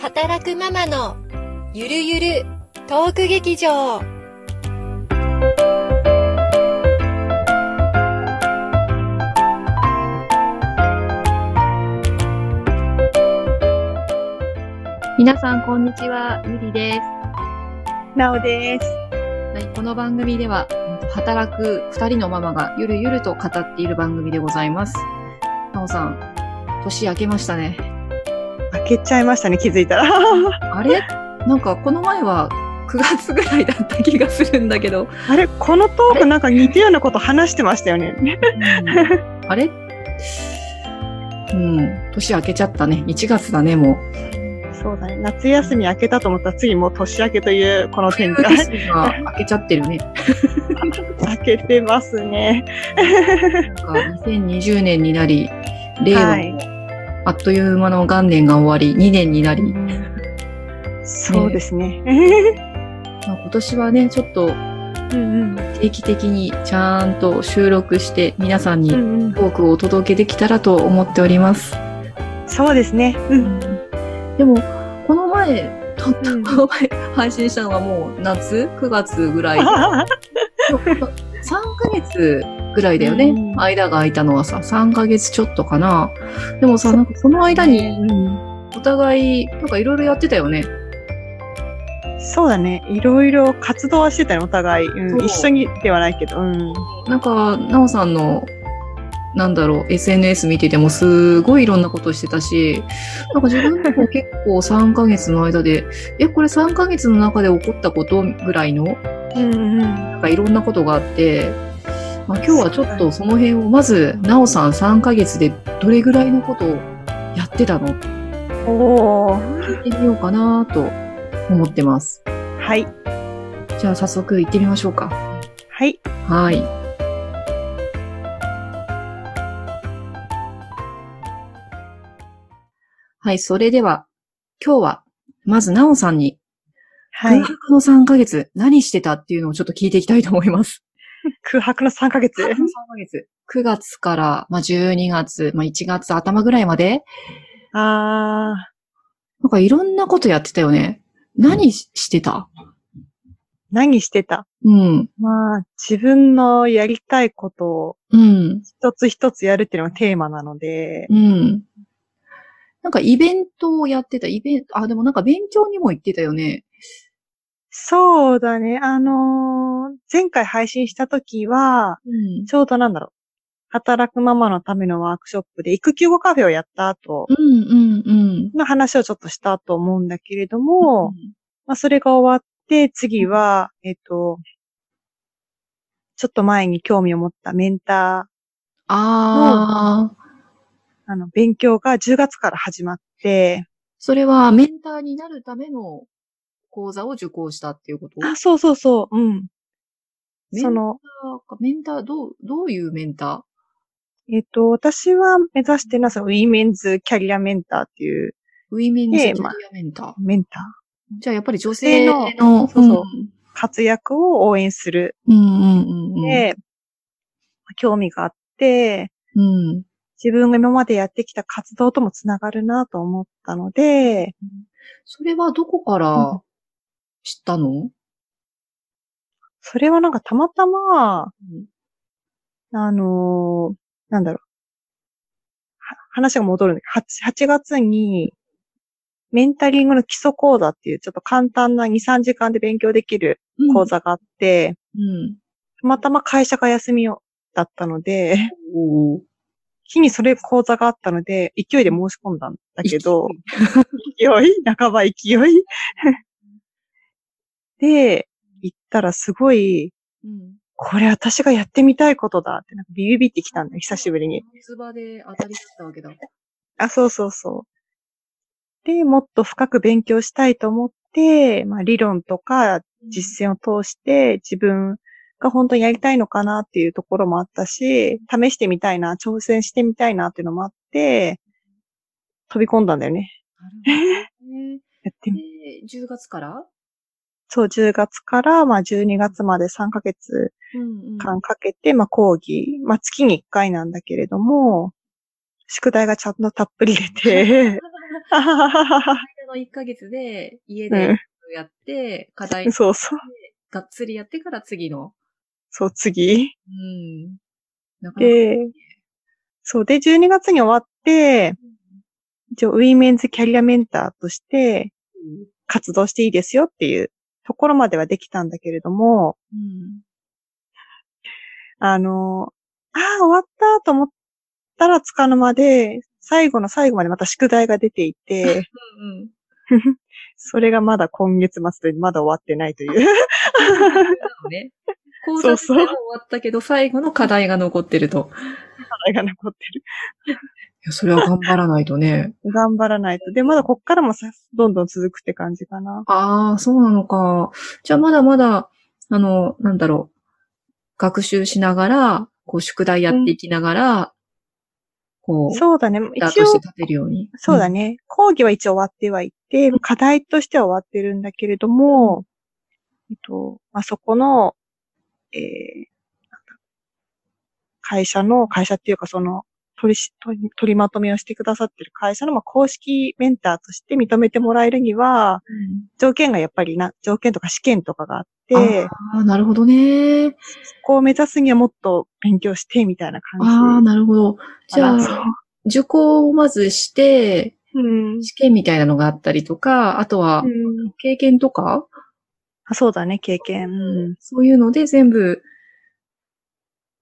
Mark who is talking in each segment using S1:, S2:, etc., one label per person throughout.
S1: 働くママのゆるゆるトーク劇場
S2: 皆さん、こんにちは。ゆりです。
S3: なおです。
S2: はい、この番組では、うんと働く二人のママがゆるゆると語っている番組でございます。なおさん、年明けましたね。
S3: 開けちゃいましたね、気づいたら。
S2: あれなんか、この前は9月ぐらいだった気がするんだけど。
S3: あれこのトークなんか似たようなこと話してましたよね。
S2: あれうん、年明けちゃったね。1月だね、もう。
S3: そうだね。夏休み明けたと思ったら次もう年明けというこの展開。
S2: 年が明けちゃってるね。
S3: 明けてますね。
S2: なんか2020年になり、令和
S3: は
S2: も
S3: い。
S2: あっという間の元年が終わり、2年になり、
S3: そうですね。
S2: まあ今年はね、ちょっと
S3: うん
S2: 定期的にちゃんと収録して皆さん
S3: うんう
S2: に
S3: んうん
S2: 多くをお届けできたらと思っております。
S3: そうですね。うん
S2: でも、この前、たった
S3: うん
S2: この前配信したのがもう夏 ?9 月ぐら い。3ヶ月ぐらいだよね
S3: う。ん
S2: 間が空いたのはさ、3ヶ月ちょっとかな。でもさ、なんかその間に
S3: うん
S2: お互い、なんかいろいろやってたよね。
S3: そうだね。いろいろ活動はしてたね、お互い。うん
S2: そう
S3: 一緒にではないけど。うん
S2: なんか、なおさんの、なんだろう、SNS 見ててもすごいいろんなことしてたし、なんか自分でも結構3ヶ月の間で、え、これ3ヶ月の中で起こったことぐらいの、
S3: うんうん
S2: なんかいろんなことがあって、まあ、今日はちょっとその辺を、まず、なおさん3ヶ月でどれぐらいのことをやってたの
S3: おー。
S2: 聞いてみようかなと思ってます。
S3: はい。
S2: じゃあ早速行ってみましょうか。
S3: はい。
S2: はい。はい、それでは、今日は、まず、なおさんに、
S3: はい
S2: 空。白の3ヶ月、何してたっていうのをちょっと聞いていきたいと思 います。
S3: 空白の3ヶ月。
S2: 3ヶ月。9月から、まあ、12月、まあ、1月頭ぐらいまで、
S3: あー。
S2: なんかいろんなことやってたよね。何ししてた
S3: 何してた
S2: うん。
S3: まあ、自分のやりたいことを
S2: うん。
S3: 一つ一つやるっていうのがテーマなので、
S2: うん。なんかイベントをやってた、イベント、あ、でもなんか勉強にも行ってたよね。
S3: そうだね、あのー前回配信した時は、
S2: うん
S3: ちょうどなんだろう、働くママのためのワークショップで育休後カフェをやった後
S2: うんうんうん。
S3: の話をちょっとしたと思うんだけれども、まあ、それが終わって、次は、えっと、ちょっと前に興味を持ったメンタ
S2: ああ、
S3: ー、あの、勉強が10月から始まって、
S2: それはメンターになるための講座を受講したっていうこと
S3: あ、そうそうそう、うん。その、
S2: メンターか、メンター、どう、どういうメンタ
S3: えっと、私は目指してるのはそのウィメンズキャリアメンターっていう
S2: ーウィメンズキャ
S3: ええ
S2: リ
S3: まあ
S2: アメンター。
S3: メンタ
S2: じゃあやっぱり女性の
S3: 女性、そうそう
S2: うん
S3: ー、活躍を応援する
S2: うんうんうん。
S3: で、興味があって、
S2: うん。
S3: 自分が今までやってきた活動ともつながるなと思ったので、
S2: それはどこから知ったの
S3: それはなんかたまたま、あのーなんだろう、は話が戻るんだけど、8, 8月に、メンタリングの基礎講座っていう、ちょっと簡単な2、3時間で勉強できる講。座があって、
S2: うん。
S3: たまたま会社が休みをだったので、
S2: おー
S3: 日にそれ講座があったので、勢いで申し込んだんだけど、勢い半ば勢い で、行ったらすごい、
S2: うん。
S3: これ私がやってみたいことだって、なんかビビビってきたんだよ、久しぶりに。。
S2: 夏場で当たりだったわけ だ。
S3: あ、そうそうそう。で、もっと深く勉強したいと思って、まあ理論とか実践を通して自分が本当にやりたいのかなっていうところもあったし、試してみたいな、挑戦してみたいなっていうのもあって、飛び込んだんだよね。
S2: なるほどね。
S3: やって
S2: で
S3: み、
S2: 10月から
S3: そう、10月から、まあ、12月まで3ヶ月
S2: うんうん
S3: 間かけて、まあ、講義、まあ、月に1回なんだけれ ども、宿題がちゃんとたっぷり出て、
S2: の1ヶ月で家
S3: う
S2: で
S3: ん。
S2: やって、課題
S3: そうそう。
S2: がっつりやってから次の。
S3: そう、次。
S2: うん。なかなか
S3: で、そう。で、12月に終わって、一応、ウィメンズキャリアメンターとして活動していいですよっていうところまではできたんだけれども、
S2: うん。
S3: あの、ああ、終わったと思ったらつかの間で、最後の最後までまた宿題が出ていて、
S2: うん。うん。
S3: それがまだ今月末でまだ終わってないという。
S2: なのね。講座自体は終わったけど、最後の課題が残ってると。
S3: 課題が残ってる。
S2: いや、それは頑張らないと ね。
S3: 頑張らないと。で、まだこっからもさ、どんどん続くって感じかな。
S2: ああ、そうなのか。じゃあまだまだ、あの、なんだろう。学習しながら、こう、宿題やっていきながら、こう、う
S3: そうだね。
S2: だ
S3: 一
S2: として
S3: 応、
S2: 立てるように。
S3: そうだ
S2: ね。
S3: ね。講義は一応終わってはいて、課題としては終わってるんだけれども、えっと、まあ、そこの、えーなんだ会社の、会社っていうかその、取りし、取り取りまとめをしてくださってる会社の、まあ、公式メンターとして認めてもらえるには、条件がやっぱりな、条件とか試験とかがあって、
S2: ああ、なるほどね。
S3: そこを目指すにはもっと勉強して、みたいな感じか
S2: あ
S3: な。
S2: あ、なるほど。じゃ
S3: そう
S2: あ、受講をまずして、
S3: うん。
S2: 試験みたいなのがあったりとか、あとは
S3: う、ん
S2: 経験とか、
S3: あそうだね、経験。うん
S2: そういうので全部、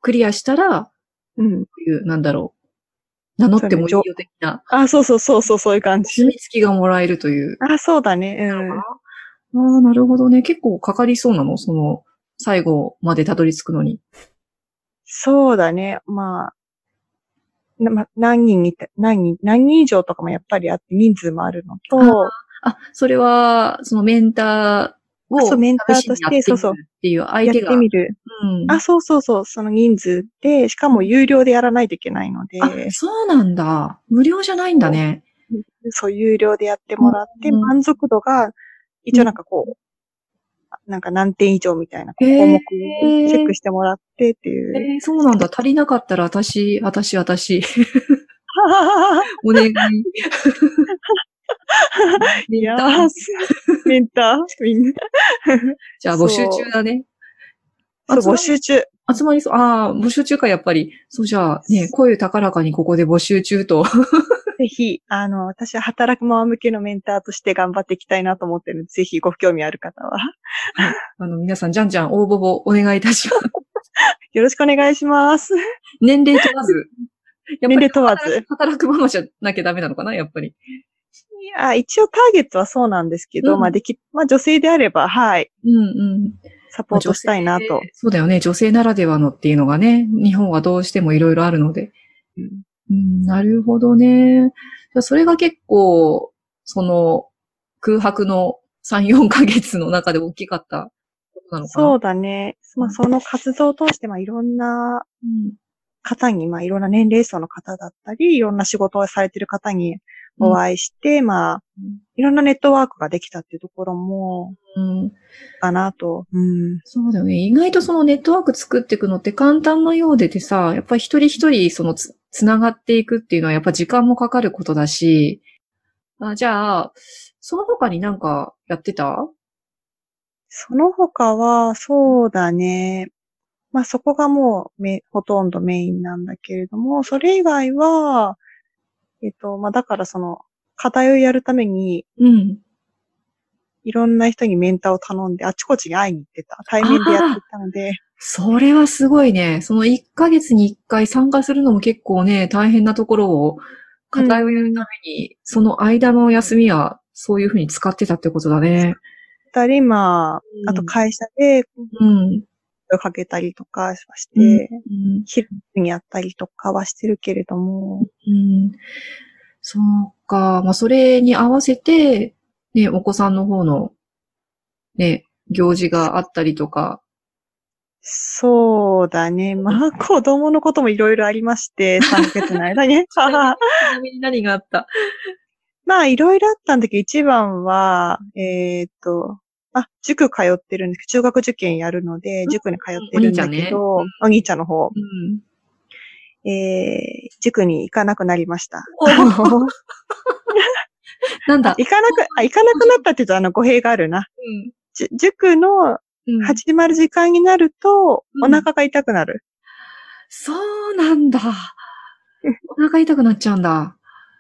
S2: クリアしたら、こ
S3: うん。
S2: ういう、なんだろう。名乗ってもいいよ的な、
S3: あ、そうそうそうそう、そういう感じ
S2: 住。み付きがもらえるという。
S3: あ、そうだね。うん。
S2: ああ、なるほどね。結構かかりそうなのその、最後までたどり着くのに。
S3: そうだね。まあ、なま何人にた、何人、何人以上とかもやっぱりあって、人数もあるのと、
S2: あ、それは、そのメンターを、
S3: あそうメンターとして
S2: 試にやってみる
S3: そうそう
S2: っていう
S3: や
S2: 相
S3: っ
S2: 手が。
S3: てみる。
S2: うん
S3: あ、そうそうそう、その人数で、しかも有料でやらないといけないので、
S2: あ、そうなんだ。無料じゃないんだね。
S3: そう、有料でやってもらって、
S2: うん
S3: 満足度が、一応なんかこう、なんか何点以上みたいな項
S2: へー
S3: 目をチェックしてもらってって
S2: え
S3: いう。
S2: ーそうなんだ。足りなかったら私、私、私、 お願い。
S3: いや
S2: メンター
S3: ー、メンター、みんな。
S2: じゃあ募集中だね。
S3: そう、
S2: 集ま
S3: 募集中。
S2: 集まりそう。ああ、募集中か、やっぱり。そうじゃあ、ね、声高らかにここで募集中と。
S3: ぜひ、あの、私は働くママ向けのメンターとして頑張っていきたいなと思ってるので、ぜひご興味ある方は、
S2: あの、皆さん、じゃんじゃん応募をお願いいた します。
S3: よろしくお願いします。
S2: 年齢問わず。やっぱり
S3: 年齢問わず。
S2: 働くママじゃなきゃダメなのかな、やっぱ
S3: い
S2: り。
S3: や、一応ターゲットはそうなんですけど、
S2: うん
S3: まあ、でき、まあ、女性であれば、はい、
S2: うんうん。
S3: サポートしたいなと。
S2: そうだよね。女性ならではのっていうのがね、日本はどうしてもいろいろあるので。
S3: うん
S2: うん、なるほどね。じゃあそれが結構、その、空白の3、4ヶ月の中で大きかったことなのかな。。
S3: そううだね。まあ、その活動を通して、まあ、いろんな方に、まあ、いろんな年齢層の方だったり、いろんな仕事をされてる方にお会いして、まあ、いろんなネットワークができたっていうところも、
S2: うん。
S3: かなと。うん。
S2: そうだよね。意外とそのネットワーク作っていくのって簡単なようでてさ、やっぱり一人一人そのつ、つながっていくっていうのはやっぱ時間もかかることだし、あじゃあ、その他になんかやってた
S3: その他は、そうだね。まあそこがもうめ、ほとんどメインなんだけれども、それ以外は、えっと、まあだからその、課題をやるために、
S2: うん。
S3: いろんな人にメンターを頼んで、あちこちに会いに行ってた。対面でやってたので、
S2: それはすごいね。その1ヶ月に1回参加するのも結構ね、大変なところを、課題をやるために、その間の休みは、そういうふうに使ってたってことだね。
S3: 二人、まあ、あと会社で
S2: うん。
S3: 声をかけたりとかはし
S2: うん
S3: て、
S2: うん
S3: 昼にやったりとかはしてるけれども、
S2: うんそうか。まあ、それに合わせて、ね、お子さんの方の、ね、行事があったりとか。
S3: そうだね。まあ、子供のこともいろいろありまして、3ヶ月の間に。
S2: ちなみに何があった
S3: まあ、いろいろあったんだけど、一番は、えーっと、あ、塾通ってるんです中学受験やるので、
S2: ん
S3: 塾に通ってるんだけど、
S2: お
S3: お
S2: 兄ちゃんね
S3: 兄ちゃんの方、
S2: うん。
S3: えー、塾に行かなくなりました。
S2: お
S3: あの
S2: なんだ。
S3: 行かなく、あ、行かなくなったって言うと、あの、語弊があるな。
S2: うん
S3: じ塾の
S2: うん
S3: 始まる時間になると、
S2: う
S3: お
S2: ん
S3: 腹が痛くなる。
S2: そうなんだ。お腹痛くなっちゃうんだ。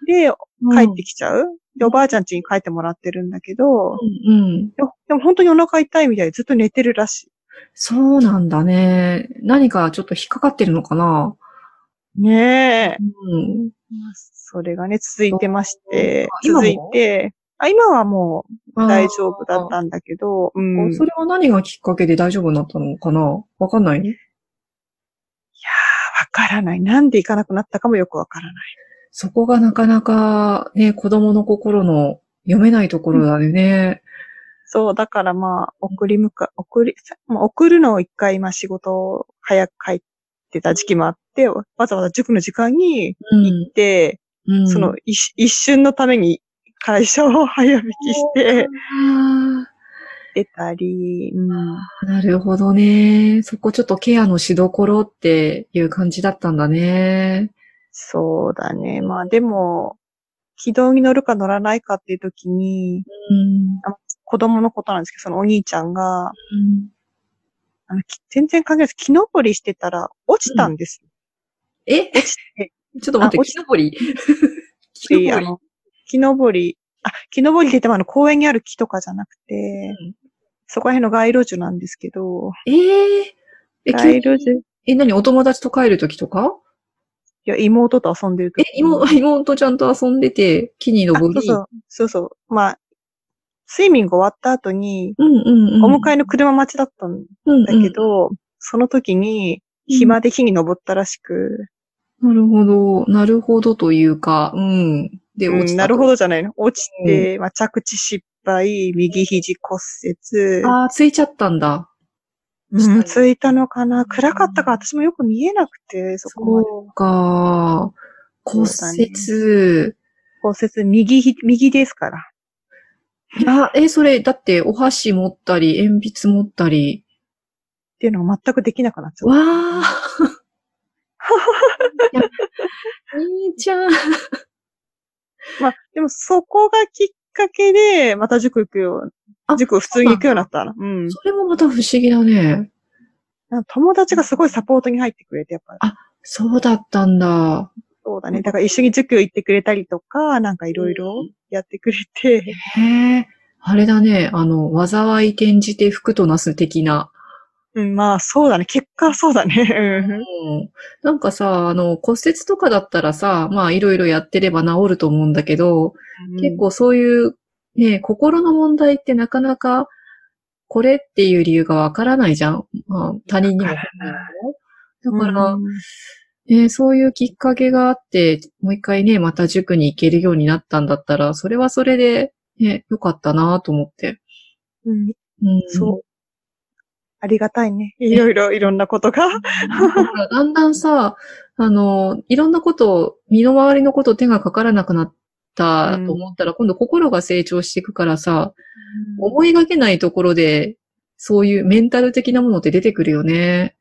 S3: で、
S2: うん
S3: 帰ってきちゃう。で、おばあちゃん家に帰ってもらってるんだけど、
S2: うんうん。
S3: でもでも本当にお腹痛いみたいでずっと寝てるらし。
S2: そうなんだね。何かちょっと引っかかってるのかない
S3: ねえ。
S2: うん。
S3: それがね、続いてまして
S2: あ、今も
S3: 続いて、あ、今はもう大丈夫だっ
S2: あ
S3: たんだけど、う
S2: ー。
S3: ん。
S2: それは何がきっかけで大丈夫になったのかなわかんない
S3: わからない。なんで行かなくなったかもよくわからない。
S2: そこがなかなかね、子供の心の読めないところだよね。
S3: そう、だからまあ、送り迎え、送り、さまあ送るのを一回、まあ仕事を早く帰ってた時期もあって、わざわざ塾の時間に行って、
S2: うん
S3: その一一瞬のために会社を早引きして
S2: あ
S3: 出たり、うん
S2: ーなるほどね。そこちょっとケアのしどころっていう感じだったんだね。
S3: そうだね。まあでも、軌道に乗るか乗らないかっていう時に、
S2: うん。
S3: 子供のことなんですけど、そのお兄ちゃんが、
S2: うん
S3: あのき全然関係ないです。木登りしてたら落ちたんです。
S2: え
S3: 落ちて、
S2: ちょっと待っ
S3: あ
S2: て、
S3: 落ち
S2: 木登り。木
S3: 木
S2: 登
S3: あ
S2: り。
S3: の木登り、あ、木登りって言ってもあの公園にある木とかじゃなくて、
S2: うん
S3: そこら辺の街路樹なんですけど、
S2: えー、え、
S3: 街
S2: 急
S3: 路樹、い
S2: え、何お友達と帰るときとか
S3: や、妹と遊んでる
S2: え
S3: 時、
S2: 妹、妹ちゃんと遊んでて、木に
S3: あそ
S2: 登り。
S3: うそう、そうそう。まあ、スイミング終わった後に、
S2: うんうんうん。
S3: お迎えの車待ちだったん
S2: うんうん
S3: だけど、その時に、暇で木に登ったらしく、
S2: なるほど。なるほどというか、うん。で、
S3: うん
S2: 落ちた
S3: な
S2: と
S3: るほ。どじゃないの。落ちて、まあ、着地失敗、右肘骨折、
S2: ああ、ついちゃったんだ。
S3: うん、ついたのかな。暗かったから私もよく見えなくて、そこまで。
S2: そうか。骨
S3: そうだね
S2: 折。
S3: 骨折、右ひ、右ですから。
S2: あ、え、それ、だって、お箸持ったり、鉛筆持ったり。
S3: っていうのが全くできなくなっちゃっ
S2: わ
S3: た。
S2: あ。いや兄ちゃん。
S3: まあ、でもそこがきっかけで、また塾行くよ
S2: あ。
S3: 塾普通に行くようになったな。うん。
S2: それもまた不思議だね。
S3: なんか友達がすごいサポートに入ってくれて、やっぱ。
S2: そうだったんだ。
S3: そうだね。だから一緒に塾行ってくれたりとか、なんかいろいろやってくれて。
S2: へえ。あれだね。あの、災い転じて福となす的な。
S3: うん、まあそうだね。結果はそうだね。うん
S2: うんなんかさ、あの、骨折とかだったらさ、まあいろいろやってれば治ると思うんだけど、結。構そういう、ね、心の問題ってなかなか、これっていう理由がわからないじゃん。まあ、他人にも
S3: わからな
S2: だから、
S3: うん
S2: ね、そういうきっかけがあって、もう一回ね、また塾に行けるようになったんだったら、それはそれで、ね、よかったなと思って。
S3: うん、
S2: うん、
S3: そう。ありがたいね。いろいろ、いろんなことが。
S2: だからだんだんさ、あの、いろんなことを、身の回りのこと手がかからなくなったと思ったら、今度心が成長していくからさ、思いがけないところで、そういうメンタル的なものって出てくるよね。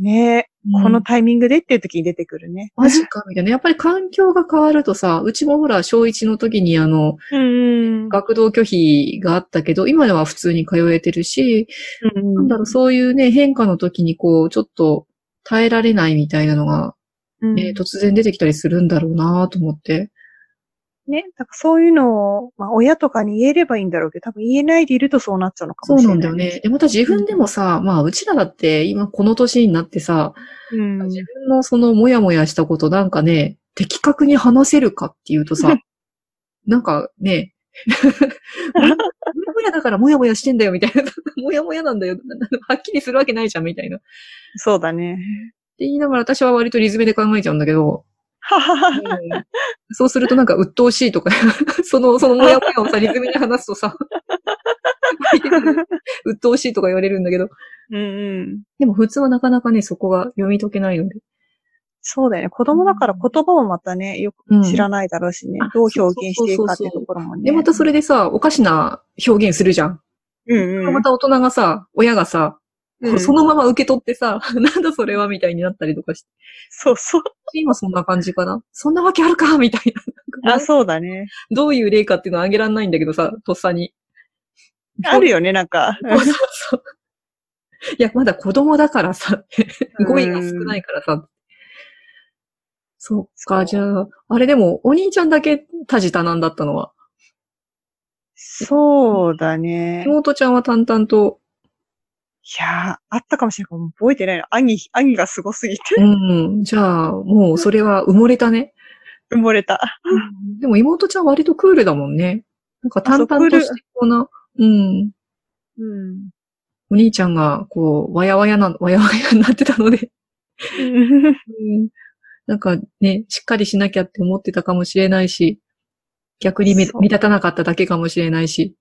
S3: ねえ、こ
S2: う
S3: の
S2: ん、
S3: タイミングでっていう時に出てくるね。
S2: マジか、みたいな。やっぱり環境が変わるとさ、うちもほら、小1の時にあの、
S3: うん。
S2: 学童拒否があったけど、今では普通に通えてるし、なんだろう、そういうね、変化の時にこう、ちょっと耐えられないみたいなのが
S3: うん
S2: ね、突然出てきたりするんだろうなと思って。
S3: ね、だからそういうのを、まあ、親とかに言えればいいんだろうけど、多分言えないでいるとそうなっちゃうのか
S2: そ
S3: も
S2: う
S3: しれ
S2: な
S3: ない。
S2: んだよね。で、また自分でもさ、まあ、うちらだって今この年になってさ、
S3: うん。
S2: 自分のそのモヤモヤしたことなんかね、的確に話せるかっていうと さ、なんかね、 モヤモヤだからモヤモヤしてんだよみたいな、 モヤモヤなんだよ、はっきりするわけないじゃんみたいな。って
S3: そうだね。
S2: 言いながら私は割とリズムで考えちゃうんだけど、
S3: はははは。
S2: うんそうするとなんか鬱陶しいとか、 その、そのモヤモヤをさ、リズムに話すとさ、 鬱陶しいとか言われるんだけど、
S3: うんうん。
S2: でも普通はなかなかね、そこが読み解けないので。
S3: そうだよね。子供だから言葉もまたね、よ
S2: うん
S3: く知らないだろうしね
S2: あ。
S3: どう表現していくかっていうところもね。
S2: で、またそれでさ、おかしな表現するじゃん。
S3: うんうん。
S2: また大人がさ、親がさ、
S3: うん
S2: そのまま受け取ってさ、 なんだそれはみたいになったりとかして、
S3: そうそう。
S2: 今そんな感じかな。そんなわけあるかみたいな。
S3: あ、そうだね。
S2: どういう例かっていうのはあげらんないんだけどさ、とっさに。
S3: あるよね、なんか。
S2: そうそうそう。いや、まだ子供だからさ、
S3: うん
S2: 語彙が少ないからさ。そっか、じゃあ、あれでも、お兄ちゃんだけ多事多難だったのは、
S3: そうだね。い
S2: 妹ちゃんは淡々と、
S3: やー、あったかもしれないもう覚えてないの。兄、兄がすごすぎて
S2: うん、じゃあ、もうそれは埋もれたね。
S3: 埋もれた。
S2: でも妹ちゃん割とクールだもんね。なんか淡
S3: あそう
S2: 々
S3: クー
S2: と
S3: ル
S2: してこうな、うん、
S3: うん。
S2: お兄ちゃんが、こう、わやわやな、わやわやになってたので、うんなんかね、しっかりしなきゃって思ってたかもしれないし、逆に目
S3: そう
S2: 目立たなかっただけかもしれないし。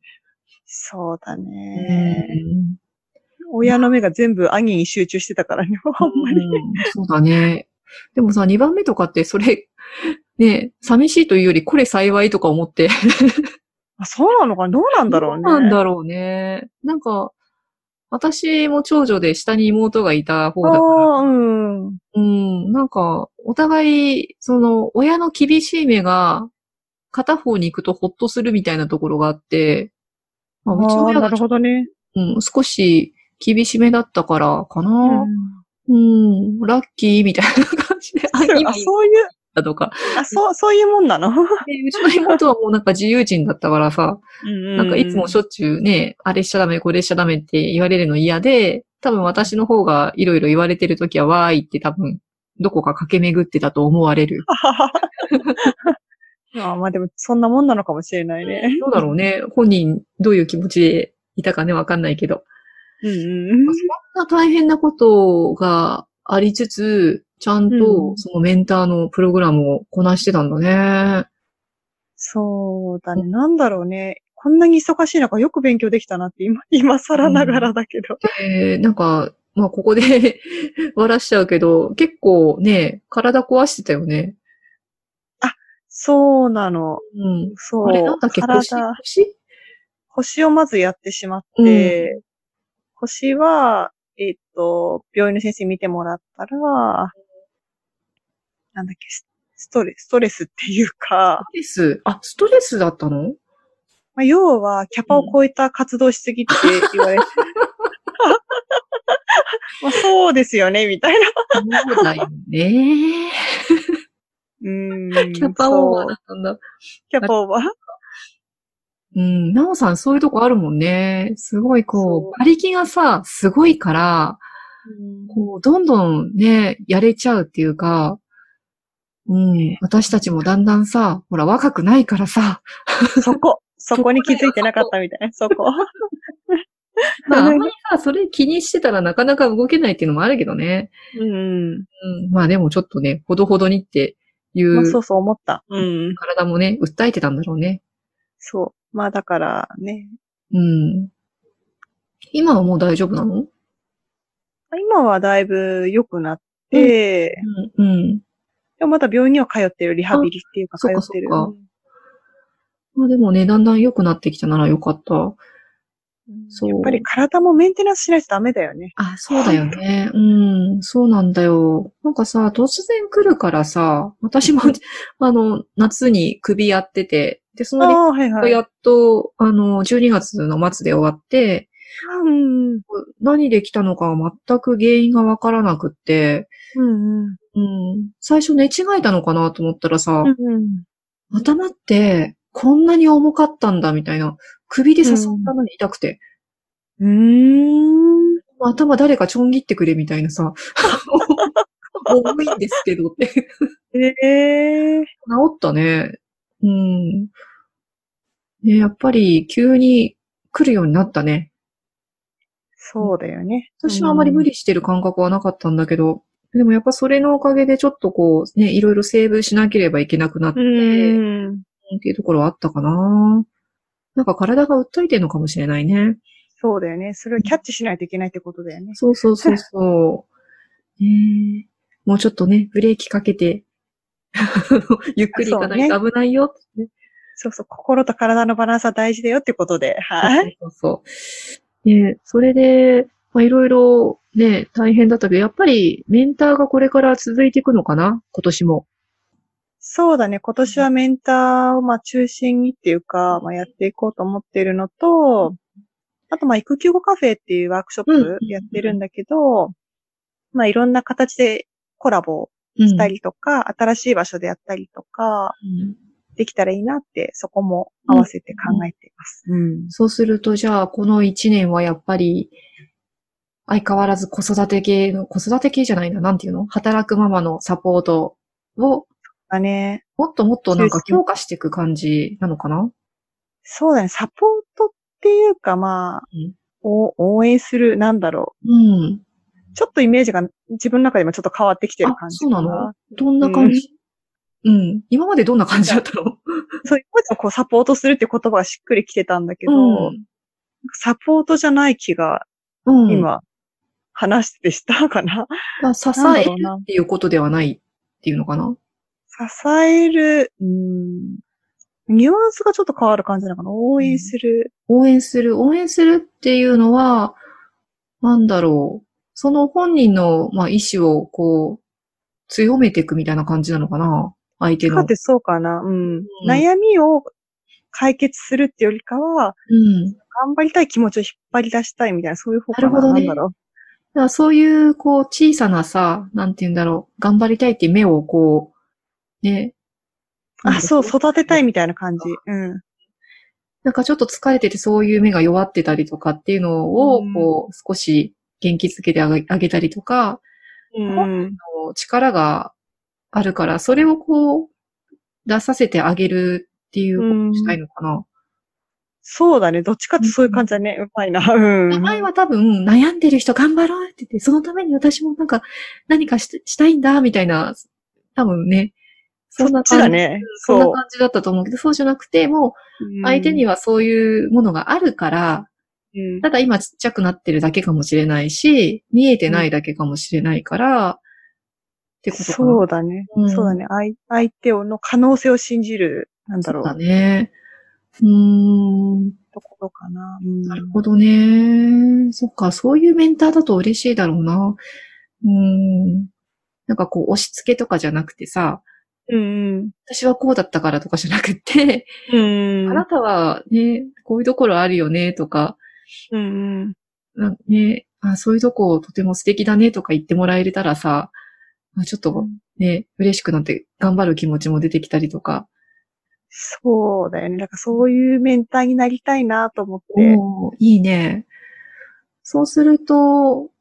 S3: そうだ
S2: う
S3: ね。
S2: ん
S3: 親の目が全部兄に集中してたからね、ほんまに。
S2: そうだね。でもさ、2番目とかって、それ、ね、寂しいというより、これ幸いとか思って。
S3: あそうなのかなどうなんだろうね。
S2: どなんだろうね。なんか、私も長女で下に妹がいた方だから、
S3: ああー、うん。
S2: うん、なんか、お互い、その、親の厳しい目が、片方に行くとほっとするみたいなところがあって、まあ、うちの
S3: ああ、
S2: 親
S3: な
S2: が
S3: る
S2: ちょ
S3: ほ
S2: っと、
S3: どね。
S2: うん、少し厳しめだったからか
S3: う
S2: な。うん、ラッキーみたいな感じで、あ、
S3: ん、
S2: 今
S3: あ、
S2: 言っ
S3: そういう、
S2: たとか。
S3: あ、そう、そう いうもんなの
S2: で、うちの妹はもうなんか自由人だったからさ、
S3: な
S2: なんかいつもしょっちゅうね、あれしちゃダメ、これしちゃダメって言われるの嫌で、多分私の方がいろいろ言われてるときは、わーいって多分、どこか駆け巡ってたと思われる。
S3: ああまあでも、そんなもんなのかもしれないね。
S2: どうだろうね。本人、どういう気持ちでいたかね、わかんないけど。
S3: うんうん。
S2: そんな大変なことがありつつ、ちゃん
S3: う
S2: と
S3: ん
S2: そのメンターのプログラムをこなしてたんだね。
S3: そうだね。なんだろうね。こんなに忙しい中、よく勉強できたなって、今、今更ながらだけど。
S2: えーなんか、まあ、ここで 笑らしちゃうけど、結構ね、体壊してたよね。
S3: そうなの。
S2: うん。
S3: そう。
S2: あれなんだっけ腰
S3: 体、
S2: 腰
S3: 腰をまずやってしまって、腰は、えっと、病院の先生に見てもらったら、なんだっけ、スストレス、ストレスっていうか
S2: スト、レス。あ、ストレスだった
S3: ま
S2: の
S3: あ、要は、キャパを超えた活動しすぎって言われ て、まあそうですよね、みたいな。
S2: そうだよね。
S3: うん。
S2: キャパオー
S3: そう
S2: バーだったんだ。
S3: キャパ オーバー。
S2: うん、なおさんそういうとこあるもんね。すごい
S3: そう
S2: こう、馬力がさ、すごいから、こう、どんどんね、やれちゃうっていうか、うん、私たちもだんだんさ、ほら若くないか らさ、
S3: そこ、そこに気づいてなかったみたいな、そこ。
S2: まああんまりさ、それ気にしてたらなかなか動けないっていうのもあるけどね。
S3: うん。
S2: うん、まあでもちょっとね、ほどほどにってい
S3: まあ、そううそう思った。うん。
S2: 体もね、訴えてたんだろうね。
S3: そう。まあだからね、
S2: うん。今はもう大丈夫なの
S3: 今はだいぶ良くなって、
S2: うん。うん。
S3: でもまた病院には通ってる、リハビリっていうか
S2: あそ
S3: 通
S2: っか
S3: ってる。
S2: そっかまあでもね、だんだん良くなってきたなら良かった。
S3: うん
S2: そう
S3: やっぱり体もメンテナンスしないとダメだよね。
S2: あ、そうだよね。うん、そうなんだよ。なんかさ、突然来るからさ、私も、 あの、夏に首やってて、で、そ
S3: あ
S2: の
S3: あ、はい
S2: リ
S3: は
S2: ハ
S3: い。
S2: やっと、あの、12月の末で終わって、
S3: うん。うん
S2: 何で来たのかは全く原因がわからなくって、
S3: うん。
S2: うん、最初寝違えたのかなと思ったらさ、
S3: うん。
S2: 頭ってこんなに重かったんだみたいな、首で刺さったのに痛くて、
S3: うん。
S2: 頭誰かちょん切ってくれみたい なさ、重いんですけどって。治
S3: ええ
S2: ったね。うん。ね、やっぱり急に来るようになったね。
S3: そうだよね。
S2: 私はあまり無理してる感覚はなかったんだけど、でもやっぱそれのおかげでちょっとこう、ね、いろいろセーブしなければいけなくなって、
S3: うん。
S2: っていうところはあったかな。なんか体が訴えてるのかもしれないね。
S3: そうだよね。それをキャッチしないといけないってことだよね。
S2: そうそうそ うそう。ねえもうちょっとね、ブレーキかけて、ゆっくり行かないと危ないよ。
S3: そうそう。心と体のバランスは大事だよってことで。
S2: そう
S3: はい。
S2: そうそう。ねえそれで、まあ、いろいろね、大変だったけど、やっぱりメンターがこれから続いていくのかな今年も。
S3: そうだね。今年はメンターをまあ中心にっていうか、まあ、やっていこうと思ってるのと、あとまあ育休後カフェっていうワークショッ
S2: うん
S3: プやってるんだけど、まあいろんな形でコラボを
S2: うん
S3: したりとか、新しい場所でやったりとか、
S2: うん
S3: できたらいいなって、そこも合わせて考えています。うん。
S2: そうすると、じゃあ、この一年はやっぱり、相変わらず子育て系の、子育て系じゃないな、なんていうの働くママのサポートを、
S3: だね。
S2: もっともっとなんか
S3: 中心
S2: 強化していく感じなのかな
S3: そうだね。サポートっていうか、まあ、
S2: うん
S3: お応援する、なんだろ
S2: うん。
S3: う。ちょっとイメージが自分の中でもちょっと変わってきてる感じか
S2: あそうなのどんな感じうん。今までどんな感じだったの
S3: そういうことをこうサポートするっていう言葉がしっくりきてたんだけど、サポートじゃない気が
S2: うん。うん。
S3: 今、話してしたかな、
S2: まあ支
S3: なんだ
S2: え
S3: ろ
S2: る
S3: うな
S2: っていうことではないっていうのかな
S3: 支える、うん、ニュアンスがちょっと変わる感じなのかな応援する。
S2: 応援する、応援するっていうのは、なんだろう。その本人の、まあ、意志を、こう、強めていくみたいな感じなのかな相手
S3: か
S2: の
S3: っ。てそうかな、うん、
S2: ん
S3: 悩みを解決するっていうよりかは、
S2: うん。だ
S3: 頑張りたい気持ちを引っ張り出したいみたいな、そういう方向
S2: なるほどね
S3: んだろう。
S2: からそういう、こう、小さなさ、なんて言うんだろう。頑張りたいって目を、こう、ね。
S3: あ、そう、育てたいみたいな感じ。うん。
S2: なんかちょっと疲れててそういう目が弱ってたりとかっていうのを
S3: う、ん
S2: こう、少し元気づけてあげあげたりとか、
S3: うん。
S2: こう力があるから、それをこう、出させてあげるっていうことをしたいのかな。
S3: そうだね。どっちかってそういう感じだね。うまいな。うん。
S2: 名前は多分、悩んでる人頑張ろうって言って、そのために私もなんか、何かししたいんだ、みたいな、多分ね。
S3: そ
S2: そん
S3: っ
S2: な
S3: ち
S2: 感じ
S3: だね。
S2: そんな
S3: そう。
S2: 感じだったと思うけど、そうじゃなくて、も
S3: う
S2: うん相手にはそういうものがあるから、
S3: うん
S2: ただ今ちっちゃくなってるだけかもしれないし、見えてないだけかもしれないから、ってことかな。
S3: そうだね。
S2: うん
S3: そうだね。相相手をの可能性を信じる、なんだ
S2: そ
S3: ろ
S2: う
S3: う、
S2: だね。うーん。
S3: ところかな。うん
S2: なるほどね。そっか、そういうメンターだと嬉しいだろうな。うーん。なんかこう、押し付けとかじゃなくてさ、
S3: うん
S2: 私はこうだったからとかじゃなくて、
S3: うん。
S2: あなたはね、こういうところあるよね、とか、
S3: うんうん。
S2: なんね、あそういうとこ、とても素敵だねとか言ってもらえれたらさ、あちょっとね、嬉しくなって頑張る気持ちも出てきたりとか、
S3: そうだよね。だからそういうメンターになりたいなと思って。
S2: おーいいね。そうすると、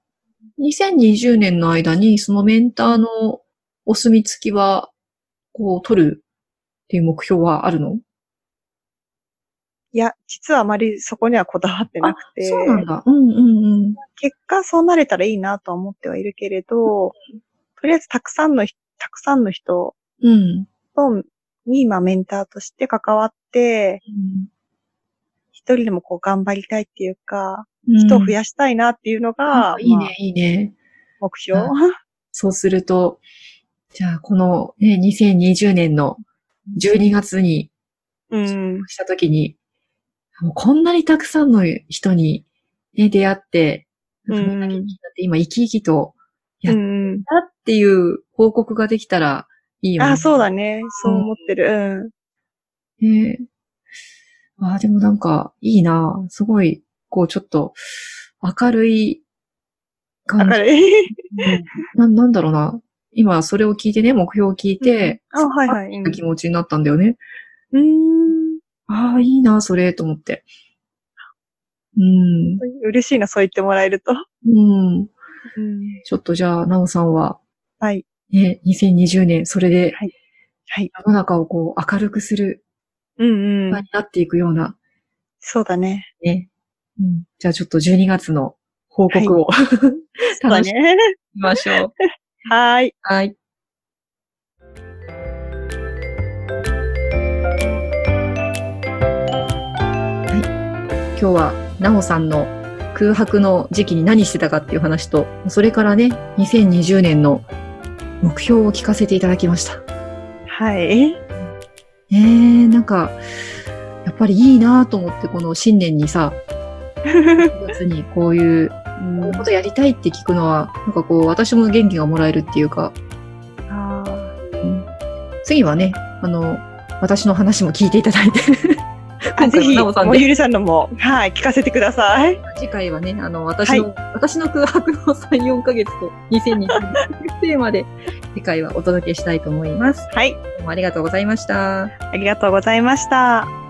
S2: 2020年の間にそのメンターのお墨付きは、こう、取るっていう目標はあるの
S3: いや、実はあまりそこにはこだわってなくて。
S2: そうなんだ。うんうんうん。
S3: 結果そうなれたらいいなとは思ってはいるけれど、とりあえずたくさんの人、たくさんの人
S2: うん。
S3: と、に、まあメンターとして関わって、一人でもこう頑張りたいっていうか、人を増
S2: や
S3: やしたいなっていうのが、
S2: いい
S3: まあ
S2: ね、いいね。
S3: 目標。
S2: うんそうすると、じゃあ、この、ね、2020年の12月に
S3: うん。
S2: したときに、もうこんなにたくさんの人に、ね、出会って、
S3: うん
S2: なんかみんな元気になって今生き生きとやっ
S3: うん。
S2: だっていう報告ができたらいいよね。
S3: あ、そうだね。そう思ってる。
S2: ねあーでもなんか、いいなすごい、こう、ちょっと、明るい
S3: うん。だ
S2: 感
S3: か
S2: じ。
S3: ら、え
S2: ななんだろうな。今、それを聞いてね、目標を聞いて、
S3: あ、はいはい。うん
S2: 気持ちになったんだよね。
S3: うーん。
S2: ああ、いいな、それ、と思って。うん。
S3: 嬉しいな、そう言ってもらえると。
S2: うん。
S3: うん。
S2: ちょっとじゃあ、なおさんは、
S3: はい。
S2: ね、2020年、それで
S3: はい。
S2: 世の中をこう、明るくする
S3: うんう
S2: 場
S3: ん
S2: に。なっていくような、
S3: そうだね。
S2: ね。うん。じゃあ、ちょっと12月の報告を、
S3: そうだ
S2: 楽し
S3: ね。
S2: みましょう。
S3: はーい。
S2: はい。はい。今日は、なおさんの空白の時期に何してたかっていう話と、それからね、2020年の目標を聞かせていただきました。
S3: はい。
S2: えー、なんか、やっぱりいいなと思って、この新年にさ、1月にこういうこういうことやりたいって聞くのは、なんかこう、私も元気がもらえるっていうか、
S3: あー
S2: 次はね、あの、私の話も聞いていただいて、
S3: あ、
S2: 今
S3: ぜ
S2: 回
S3: ひ、
S2: はなおさん
S3: も
S2: で
S3: ゆりさんのも、はい、聞かせてください。
S2: 次回はね、あの、私の、私の空白の3、4ヶ月と2020年というテーマで、次回はお届けしたいと思います。
S3: はい、
S2: どうもありがとうございました。
S3: ありがとうございました。